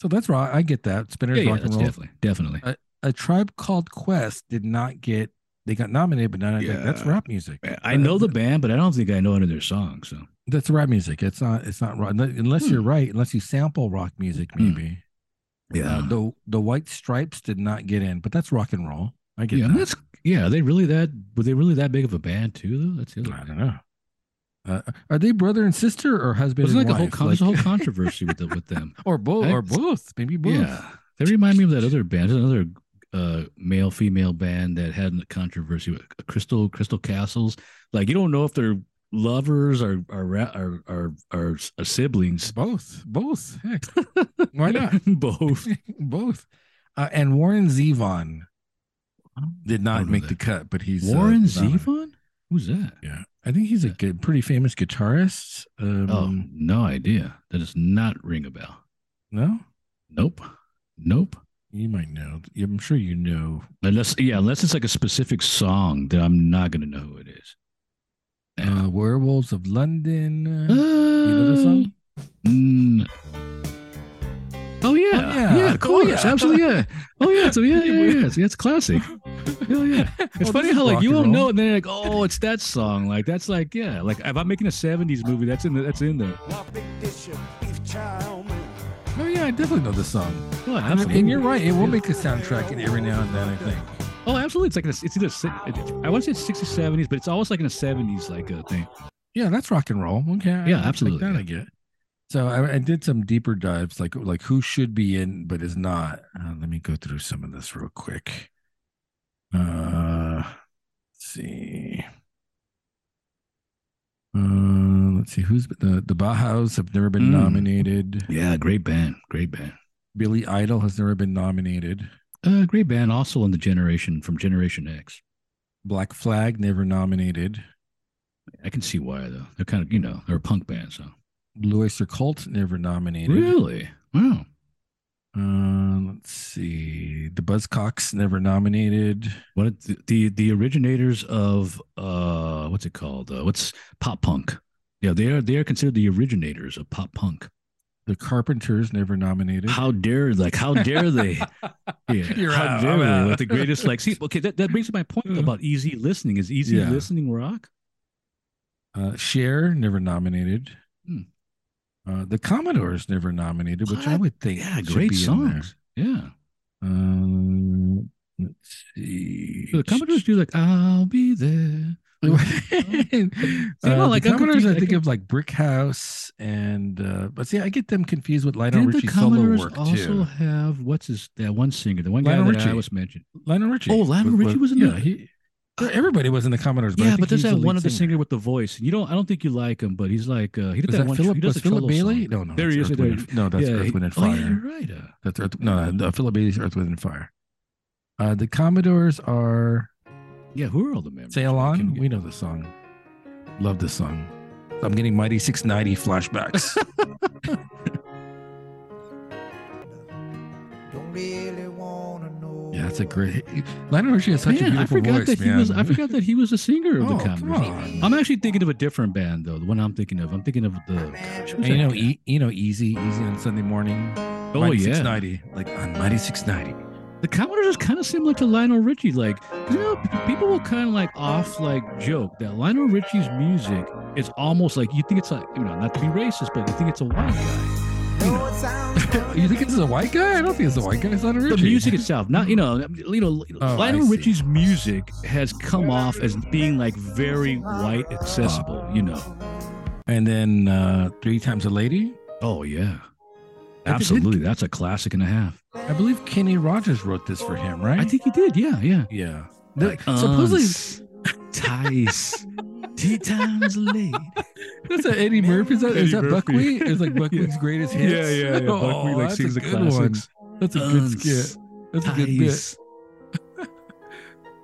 So that's rock. I get that. yeah. Spinners yeah, rock and that's roll. definitely, definitely. A Tribe Called Quest did not get. They got nominated, but not. Like, that's Yeah. rap music. Uh, I know the band, but I don't think I know any of their songs. So That's rap music. It's not. It's not rock. Unless Hmm. you're right. Unless you sample rock music, Hmm. maybe. Uh, Um, the the White Stripes did not get in, but that's rock and roll. I get yeah. that. That's yeah. Are they really that? Were they really that big of a band too? Though that's the other. I thing. don't know. Uh, are they brother and sister or husband Wasn't and like a whole wife? con- there's a Like- whole controversy with the, with them. or both, I- or both, maybe both. Yeah. They remind me of that other band, another uh, male female band that had a controversy with Crystal Crystal Castles. Like you don't know if they're lovers or or ra- or or, or, s- or siblings. Both, both. Heck, why not? Both. both. Uh, and Warren Zevon did I not don't know make that. the cut, but he's uh, Warren nominated. Zevon? Who's that? Yeah, I think he's a good, pretty famous guitarist. Oh, Um, no idea. That does not ring a bell. No, Nope. Nope. you might know. I'm sure you know. Unless yeah, unless it's like a specific song that I'm not gonna know who it is. Yeah. Uh, Werewolves of London. Uh, Uh, you know the song? Mm. Oh yeah, yeah. yeah, Oh, of course, yeah. absolutely, yeah. Oh yeah, so yeah, yeah, yeah, yeah, it's classic. Oh yeah, it's Well, funny this how is like rock you and roll. won't know, and then you're like, oh, it's that song. Like that's like yeah, like if I'm making a '70s movie, that's in the, that's in there. Oh yeah, I definitely know the song. Oh, And, absolutely. and you're right. It will make a soundtrack every now and then. I think. oh, absolutely. It's like a, it's either si- it's, I want to say it's 60s, 70s, but it's almost like in the 70s like uh, thing. Yeah, that's rock and roll. Okay. I Yeah, like absolutely, that yeah. I get. So I, I did some deeper dives, like like who should be in but is not. Uh, let me go through some of this real quick. Uh, let's see. Uh, let's see who's the the Bauhaus have never been Mm. nominated. Yeah, great band, great band. Billy Idol has never been nominated. Uh, great band. Also in the generation from Generation X. Black Flag never nominated. I can see why though. They're kind of you know they're a punk band, so Blue Oyster Cult never nominated. really wow. Uh, let's see. The Buzzcocks never nominated. What it- the, the the originators of uh what's it called? Uh, what's pop punk? Yeah, they are they are considered the originators of pop punk. The Carpenters never nominated. How dare like how dare they? Yeah, You're how out, dare I'm they? out. Like the greatest like see okay that, that brings up my point Mhm. about easy listening. Is easy Yeah. listening rock? Uh, Cher never nominated. Hmm. Uh, the Commodores never nominated, which I What? would think. Yeah, should great be in there. songs. Yeah, Um, let's see. so the Commodores do like I'll be there. Uh, no, the like, I'm Commodores, confused. I I think can- of like Brick House and, uh, but see, I get them confused with Lionel Didn't the Richie's solo Commodores work also too. have what's his that one singer, the one guy Lionel that I Richie. was mentioned? Lionel Richie. Oh, Lionel Richie was in yeah, the- He, everybody was in the Commodores. But I yeah, think but there's he's that lead one other singer. singer with the voice. You don't. I don't think you like him, but he's like uh, he did Was that, that one. Philip, he does was a Philip solo Bailey? song. No, no. There that's he is, Earth, there Wind he and- no, that's yeah, Earth, Wind, and oh, Fire. yeah, you're right. Uh, That's Earth, no, no, Philip Bailey's Earth, Wind, and Fire. Uh, the Commodores are yeah, who are all the members? Sail I On. can get- We know the song. Love this song. I'm getting Mighty 690 flashbacks. Don't really wanna know. yeah, that's a great. Lionel Richie has such a man, I beautiful forgot voice, that he man. was. I forgot that he was a singer of oh, the come Commodores. on. I'm actually thinking of a different band though. The one I'm thinking of. I'm thinking of the. Gosh, And who's you that know, guy? e, you know, easy, easy on Sunday morning. oh Mighty yeah, 690, like on Mighty 690. The Commodores is kind of similar to Lionel Richie. Like, 'cause, you know, p- people will kind of like off like joke that Lionel Richie's music is almost like you think it's like, you know, not to be racist, but you think it's a white guy. No, it sounds You think this is a white guy? I don't think it's a white guy. It's Lionel The Richie. music itself, not, you know, you know, Oh, I Lionel see. Richie's music has come off as being like very white accessible, you know. and then uh, three times a lady. Oh, yeah. I think it- Absolutely. That's a classic and a half. I believe Kenny Rogers wrote this for him, right? I think he did. Yeah. Yeah. Uh, yeah. The- supposedly, Tice. Tea times late. that's a Eddie Murphy. Is that, is Eddie that Murphy. Buckwheat? It's like Yeah. Buckwheat's greatest hits. Buckwheat, Oh, like that's sings a the good one. classics. That's a good skit. That's a good bit. Tice.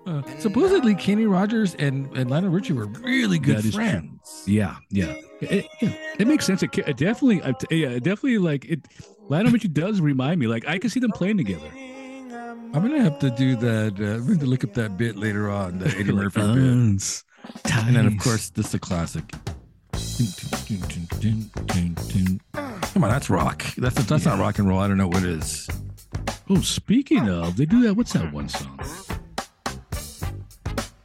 Uh, supposedly, Kenny Rogers and, and Lionel Richie were really That good is true. friends. Yeah, yeah. It, it- yeah, it makes sense. It, ca- it definitely, I t- yeah, it definitely like it. Lionel Richie does remind me. Like I can see them playing together. I'm gonna have to do that. Uh, I'm going to look up that bit later on, the Eddie Murphy uh, bit, Buns, and then of ties. course this is a classic. Dun, dun, dun, dun, dun, dun. Come on, that's rock. That's that's not rock and roll. I don't know what is. Oh, speaking of, they do that. What's that one song?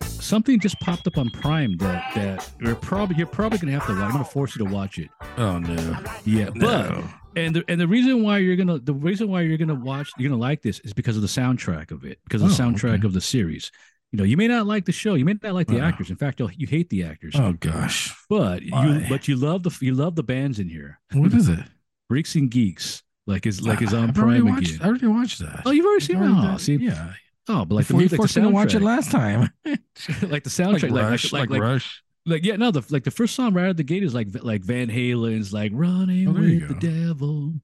Something just popped up on Prime that that you're probably you're probably gonna have to. watch. I'm gonna force you to watch it. Oh no, Yeah, but no. and the and the reason why you're gonna the reason why you're gonna watch you're gonna like this is because of the soundtrack of it because of the Oh, soundtrack okay. of the series. You know, you may not like the show, you may not like the Uh-uh. actors. In fact, you'll, you hate the actors, Oh gosh, but you why? but you love the you love the bands in here. what is it? Freaks and Geeks, like is like is I- on I've already Prime watched- again. I already watched that. uh, Oh, you've already seen it. Already Oh, done- see, yeah. oh, but like the, Before you like the forced me to watch it soundtrack- last time. like the Like soundtrack, like Rush, like, like, like, Rush. like, yeah, no, the like the first song right out of the gate is like like Van Halen's like running Oh, there you with the go. devil.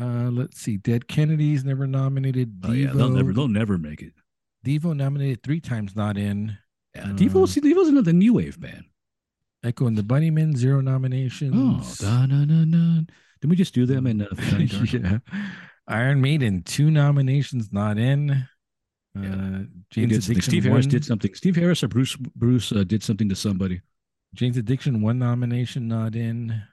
Uh, let's see. Dead Kennedys never nominated. Devo. Oh yeah, they'll never they'll never make it. Devo nominated three times, not in. Yeah, Uh, Devo, see, Devo's another new wave band. Echo and the Bunnymen, zero Oh, nominations. Mm. da, na, na, na. did we just do them in uh, Johnny Darko? yeah. Iron Maiden, two nominations, not in. Uh, They Jane's did something. Addiction, Steve Harris one- did something. Steve Harris or Bruce Bruce uh, did something to somebody. Jane's Addiction, one nomination, not in.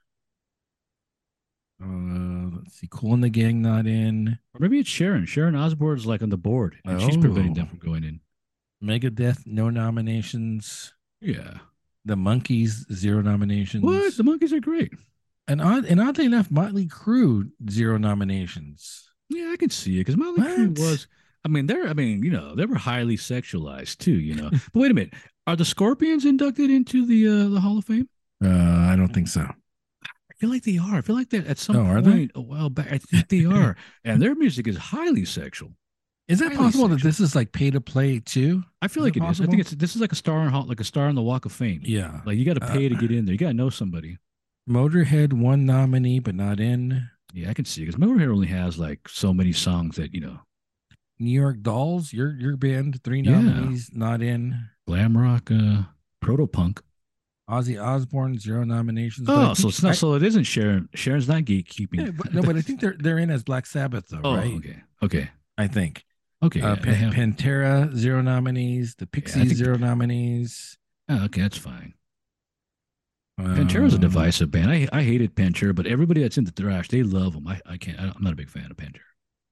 Uh, let's see, Cool and the Gang, not in. Or maybe it's Sharon. Sharon Osbourne's like on the board, and she's preventing them Oh. from going in. Megadeth, no nominations. Yeah. The Monkeys, zero nominations. What? The monkeys are great. And, odd, and oddly enough, Motley Crue, zero nominations. Yeah, I can see it because Motley Crue What? was. I mean, they're. I mean, you know, they were highly sexualized too. You know, but wait a minute. Are the Scorpions inducted into the uh, the Hall of Fame? Uh, I don't think so. I feel like they are. I feel like that at some Oh, are point they? a while back. I think they are, and their music is highly sexual. Is that Highly possible that sexual. this is like pay to play too? I feel Is like it it is. I possible? think it's this is like a star on Hall- like a star on the Walk of Fame. Yeah. Like you got to pay to Uh, get in there. You got to know somebody. Motorhead, one nominee, but not in. Yeah, I can see because Motorhead only has like so many songs that you know, New York Dolls, your your band, three Yeah. nominees, not in. glam rock, uh, proto punk. Ozzy Osbourne, zero nominations. but I Oh, so think- it's not. I- so it isn't Sharon. Sharon's not gatekeeping. yeah, but, no, but I think they're they're in as Black Sabbath though, oh, right? okay, okay, I think. okay. uh, yeah, Pan- they have- Pantera, zero nominees. The Pixies, think- zero nominees. oh, okay, that's fine. Pantera's a Um, divisive band. I I hated Pantera, but everybody that's into thrash, they love them. I, I can't. I, I'm not a big fan of Pantera.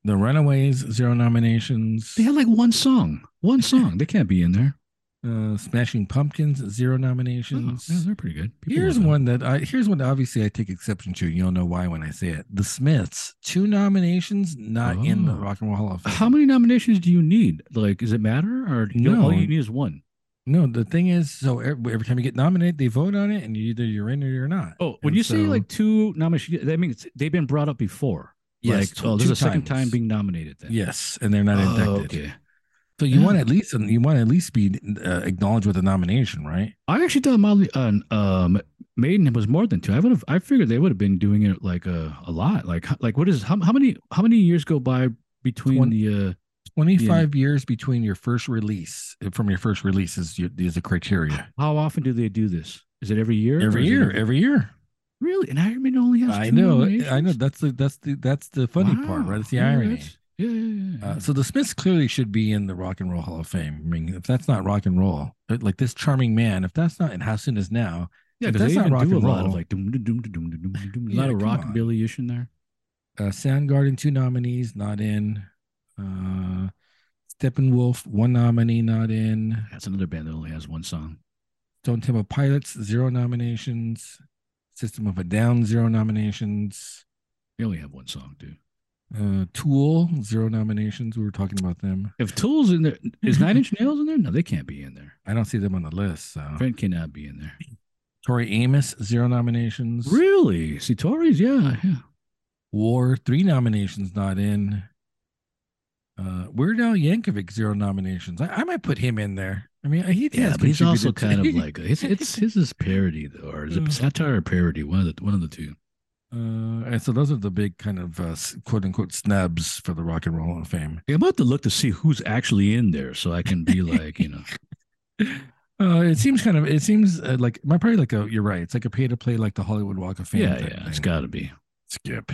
The Runaways, zero nominations. They had like one song. One song. They can't be in there. Uh, Smashing Pumpkins, zero Oh, nominations. yeah, they're pretty good. People Here's love them. one that I here's one that obviously I take exception to. and You'll know why when I say it. The Smiths, two nominations, not in the Oh. Rock and Roll Hall of Fame. How many nominations do you need? Like, does it matter, or you know, all No. you need is one? No, the thing is, so e, every, every time you get nominated, they vote on it, and you either you're in or you're not. Oh, when And you say so- like two nominations, that means they've been brought up before. Yes, like, oh, there's two a second times. time being nominated. Then. yes, and they're not Oh, inducted. okay. Mm. So you want Yeah. at least you want at least be uh, acknowledged with a nomination, right? I actually thought Molly uh, um, Maiden was more than two. I would have. I figured they would have been doing it like uh, a a lot. Like h- like what is how how many how many years go by between Twen- the uh, Twenty five years eh, between your first release from your first release is your, is the criteria. how often do they do this? Is it every year? or every is it year, every year. Really? And Iron Maiden only has I two know, nominations? I know. That's the that's the that's the funny part, Wow. right? It's the Yeah, irony. that's- Yeah, yeah, yeah. Uh, so the Smiths clearly should be in the Rock and Roll Hall of Fame. I mean, if that's not rock and roll, but, like this charming man, if that's not in How Soon Is Now, yeah, if because that's they not even rock do a and lot of roll- like doom, doom, doom, doom, doom, doom, doom, a Yeah, lot of come on. rockabilly ish in there. uh, Soundgarden two nominees, not in. Uh, Steppenwolf one nominee, not in. That's another band that only has one song. Stone Temple Pilots zero nominations. System of a Down zero nominations. They only have one song, dude. Uh, Tool zero nominations. We were talking about them. If Tool's in there, is Nine Inch Nails in there? No, they can't be in there. I don't see them on the list. So Trent cannot be in there. Tori Amos zero nominations. Really? See, Tories? Yeah, yeah. War, three nominations not in. Uh, Weird Al Yankovic, zero nominations. I, I might put him in there. I mean, he Yeah, has but he's also contributed kind to- of like it's it's his is parody though, or is Yeah. it satire or parody? One of the one of the two. Uh, and so those are the big kind of uh, s- quote unquote snubs for the Rock and Roll Hall of Fame. Yeah, I'm about to look to see who's actually in there, so I can be like, you know, Uh, it seems kind of it seems uh, like my probably like a you're right. It's like a pay to play like the Hollywood Walk of Fame. yeah, type yeah, it's thing. got to be. skip.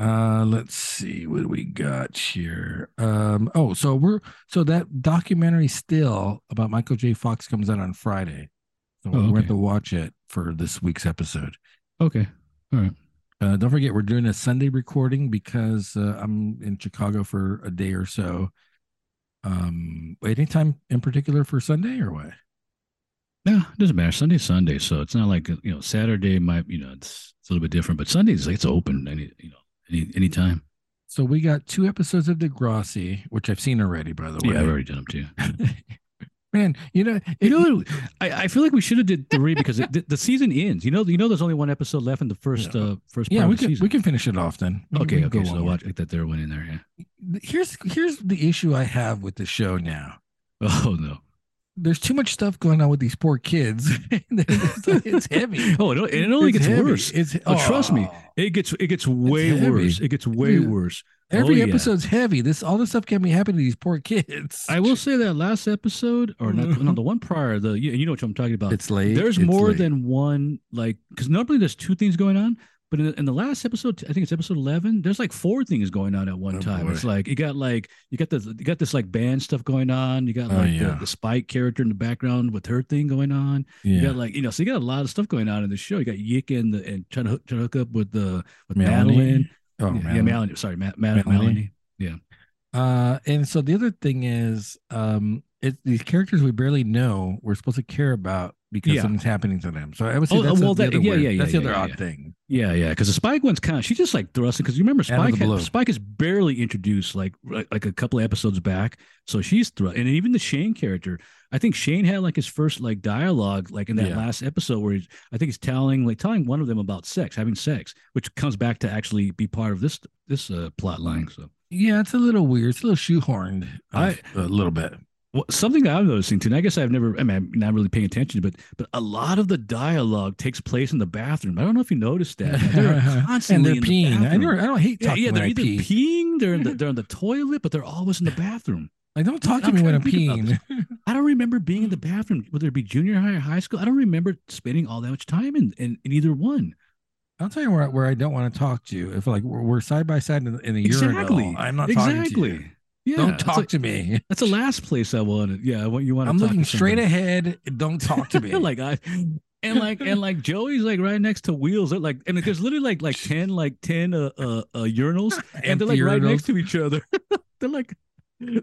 Uh, let's see what do we got here. Um, oh, so we're so that documentary still about Michael J. Fox comes out on Friday. So Oh, we're okay. going to watch it for this week's episode. Okay, Uh, don't forget we're doing a Sunday recording because uh, I'm in Chicago for a day or so. Um, anytime in particular for Sunday or what? no, it doesn't matter. Sunday's Sunday, so it's not like you know Saturday might you know it's, it's a little bit different, but Sunday's like it's open any you know any any time. So we got two episodes of Degrassi, which I've seen already, by the Oh, Yeah, I've way. already done them too. Man, you know, You know, what? I, I feel like we should have did three because it, the, the season ends. You know, you know, there's only one episode left in the first Yeah. uh, first part yeah, of we the can season. we can finish it off then. We can- we okay, can go okay. So on. watch like that there one in there. Yeah. here's here's the issue I have with the show now. Oh no. There's too much stuff going on with these poor kids. it's, it's heavy. Oh, it, o- it only It's gets heavy. worse. It's Oh, trust me. oh. It gets it gets way heavy. worse. It gets way Dude. worse. Every Oh, yeah. episode's heavy. This all this stuff can be happening to these poor kids. I will say that last episode, or not, no, the one prior, the you, you know what I'm talking about. It's late. there's It's more late. than one, like because normally there's two things going on, but in the, in the last episode, I think it's episode 11. There's like four things going on at one Oh, time. boy. It's like you got like you got the you got this like band stuff going on. You got Oh, like yeah. the, the Spike character in the background with her thing going on. yeah. You got like you know, so you got a lot of stuff going on in the show. You got Yik and the, and trying to, hook- trying to hook up with the with Melanie? Madeline. Oh yeah, man. yeah, Melanie. Sorry, Ma- Ma- Melanie. Melanie. Uh, and so the other thing is, um, it, these characters we barely know we're supposed to care about because Yeah. something's happening to them. So I would say Oh, that's well, the that- other yeah, weird- yeah, yeah, that's the yeah, other yeah, odd yeah. thing. Yeah, yeah. Because the Spike one's kind of she just like thrust because you remember Out of the Spike had- blue. Spike is barely introduced like like like a couple of episodes back, so she's thrust, and even the Shane character. I think Shane had like his first like dialogue like in that Yeah. last episode where he's, I think he's telling like telling one of them about sex, having sex, which comes back to actually be part of this this uh, plot line. So. Yeah, it's a little weird. It's a little shoehorned. uh, I- a little bit. Well, something that I'm noticing too, and I guess I've never, I mean, I'm not really paying attention, but but a lot of the dialogue takes place in the bathroom. I don't know if you noticed that. man. They're and constantly they're in the peeing. I bathroom. never, I don't hate yeah, talking yeah, when they're I either pee. peeing, they're in the they're in the toilet, but they're always in the bathroom. Like, don't talk to I'm me when I'm trying to think about peeing. I don't remember being in the bathroom, whether it be junior high or high school. I don't remember spending all that much time in in, in either one. I'll tell you where, where I don't want to talk to you. If like we're, we're side by side in, the- in the Exactly. urinal, I'm not talking to exactly. you. Yeah, don't that's talk like- to me. That's the last place I wanted. Yeah, I want you want. I'm to talk looking to straight somebody. ahead. Don't talk to me. like I and like and like Joey's like right next to wheels. They're like and there's literally like like ten like ten uh uh, uh urinals and they're like Empty right urinals. next to each other. they're like,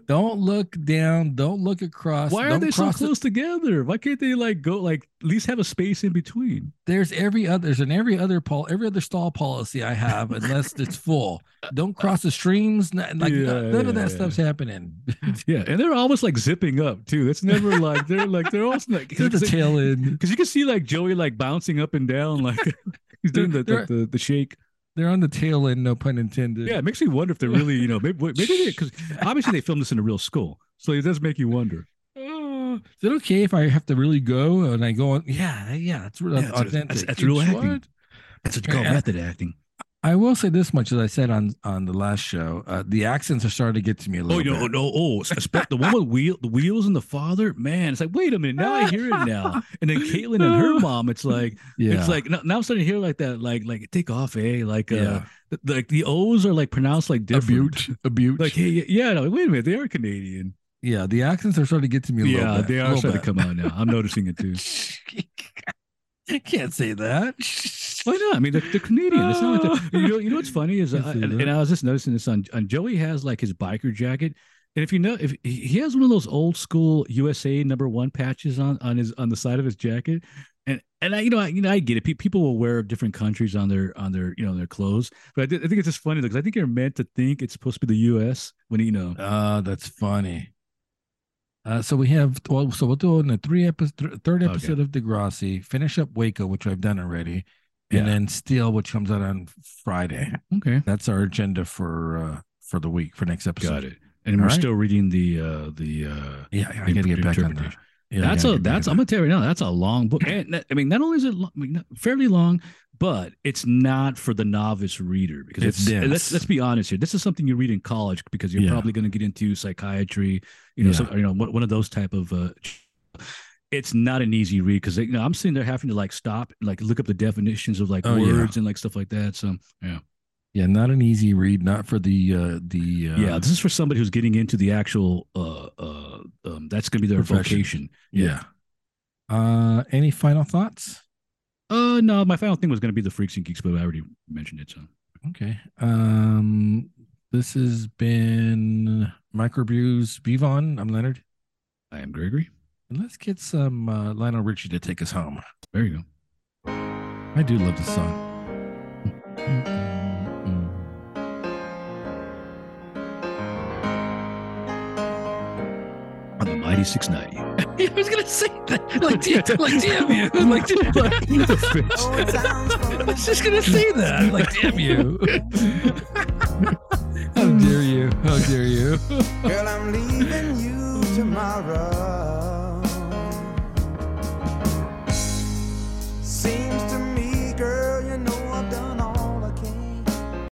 Don't look down. Don't look across. why are don't they so cross the- close together? Why can't they like go like at least have a space in between? There's every other. There's an every other pol every other stall policy I have, unless it's full. Don't cross the streams. Not, like Yeah, none, of yeah, that yeah. stuff's happening. Yeah, and they're always like zipping up too. That's never like they're like they're always like to the because tail end. you can see like Joey like bouncing up and down like. He's doing the, They're- the, the, the shake. They're on the tail end. No pun intended. Yeah, it makes me wonder if they're really, you know, maybe because obviously they filmed this in a real school, so it does make you wonder. Oh, is it okay if I have to really go and I go on? Yeah, yeah, it's real Yeah, it's- authentic. it's- it's You real know acting. what? That's what you call method acting. I will say this much, as I said on on the last show, uh, the accents are starting to get to me a Oh little. no, bit. no, oh, spe- the one with wheel, the wheels and the father, man. It's like, wait a minute, now I hear it now. And then Caitlin and her mom, it's like, yeah, it's like now, now I'm starting to hear like that, like like take off, eh? Like uh, yeah, th- like the O's are like pronounced like different. abute, abute. Like hey, y- yeah, no, wait a minute, they are Canadian. yeah, the accents are starting to get to me a little. Yeah, bit, they a are little starting bit. to come out now. I'm noticing it too. you can't say that. Why not? I mean, they're, they're Canadian. It's not like they're- you know. You know what's funny is, Can't I, say and, Oh. that. and I was just noticing this on on Joey has like his biker jacket, and if you know, if he he has one of those old school USA number one patches on on his on the side of his jacket, and and I you know I, you know I get it. Pe- People will wear different countries on their on their you know their clothes, but I, thi- I think it's just funny because I think you're meant to think it's supposed to be the U.S. when you know. Ah, that's funny. Uh, so we have well, so we'll do it in the three episode, third Okay. episode of Degrassi. Finish up Waco, which I've done already, and Yeah. then Steel, which comes out on Friday. Okay, That's our agenda for uh for the week for next episode. got it. And All we're right. still reading the uh the uh Yeah, I gotta get back on that. Interpretation. Yeah, I that's gotta a get back that's on I'm gonna tell you right now that's a long book. And that- I mean, not only is it lo- I mean, not- fairly long, but it's not for the novice reader because It's it's, dense. let's let's be honest here. This is something you read in college because you're Yeah. probably going to get into psychiatry, you know, Yeah. some, you know one, one of those type of. Uh, it's not an easy read because you know I'm sitting there having to like stop, like look up the definitions of like Oh, yeah. words and like stuff like that. So yeah, Yeah, not an easy read, not for the uh the uh, yeah. this is for somebody who's getting into the actual. uh uh um, That's going to be their Profession. vocation. yeah. Uh, any final thoughts? Uh no, my final thing was going to be the Freaks and Geeks, but I already mentioned it. So Okay. Um, this has been Microbrews Bevon. I'm Leonard, I am Gregory. and let's get some uh, Lionel Richie to take us home. There you go. I do love this song. On the mighty 690. I was gonna say that, Oh, it sounds funny. just gonna say that, like, damn you! How dare you? How dare you? Girl, I'm leaving you tomorrow.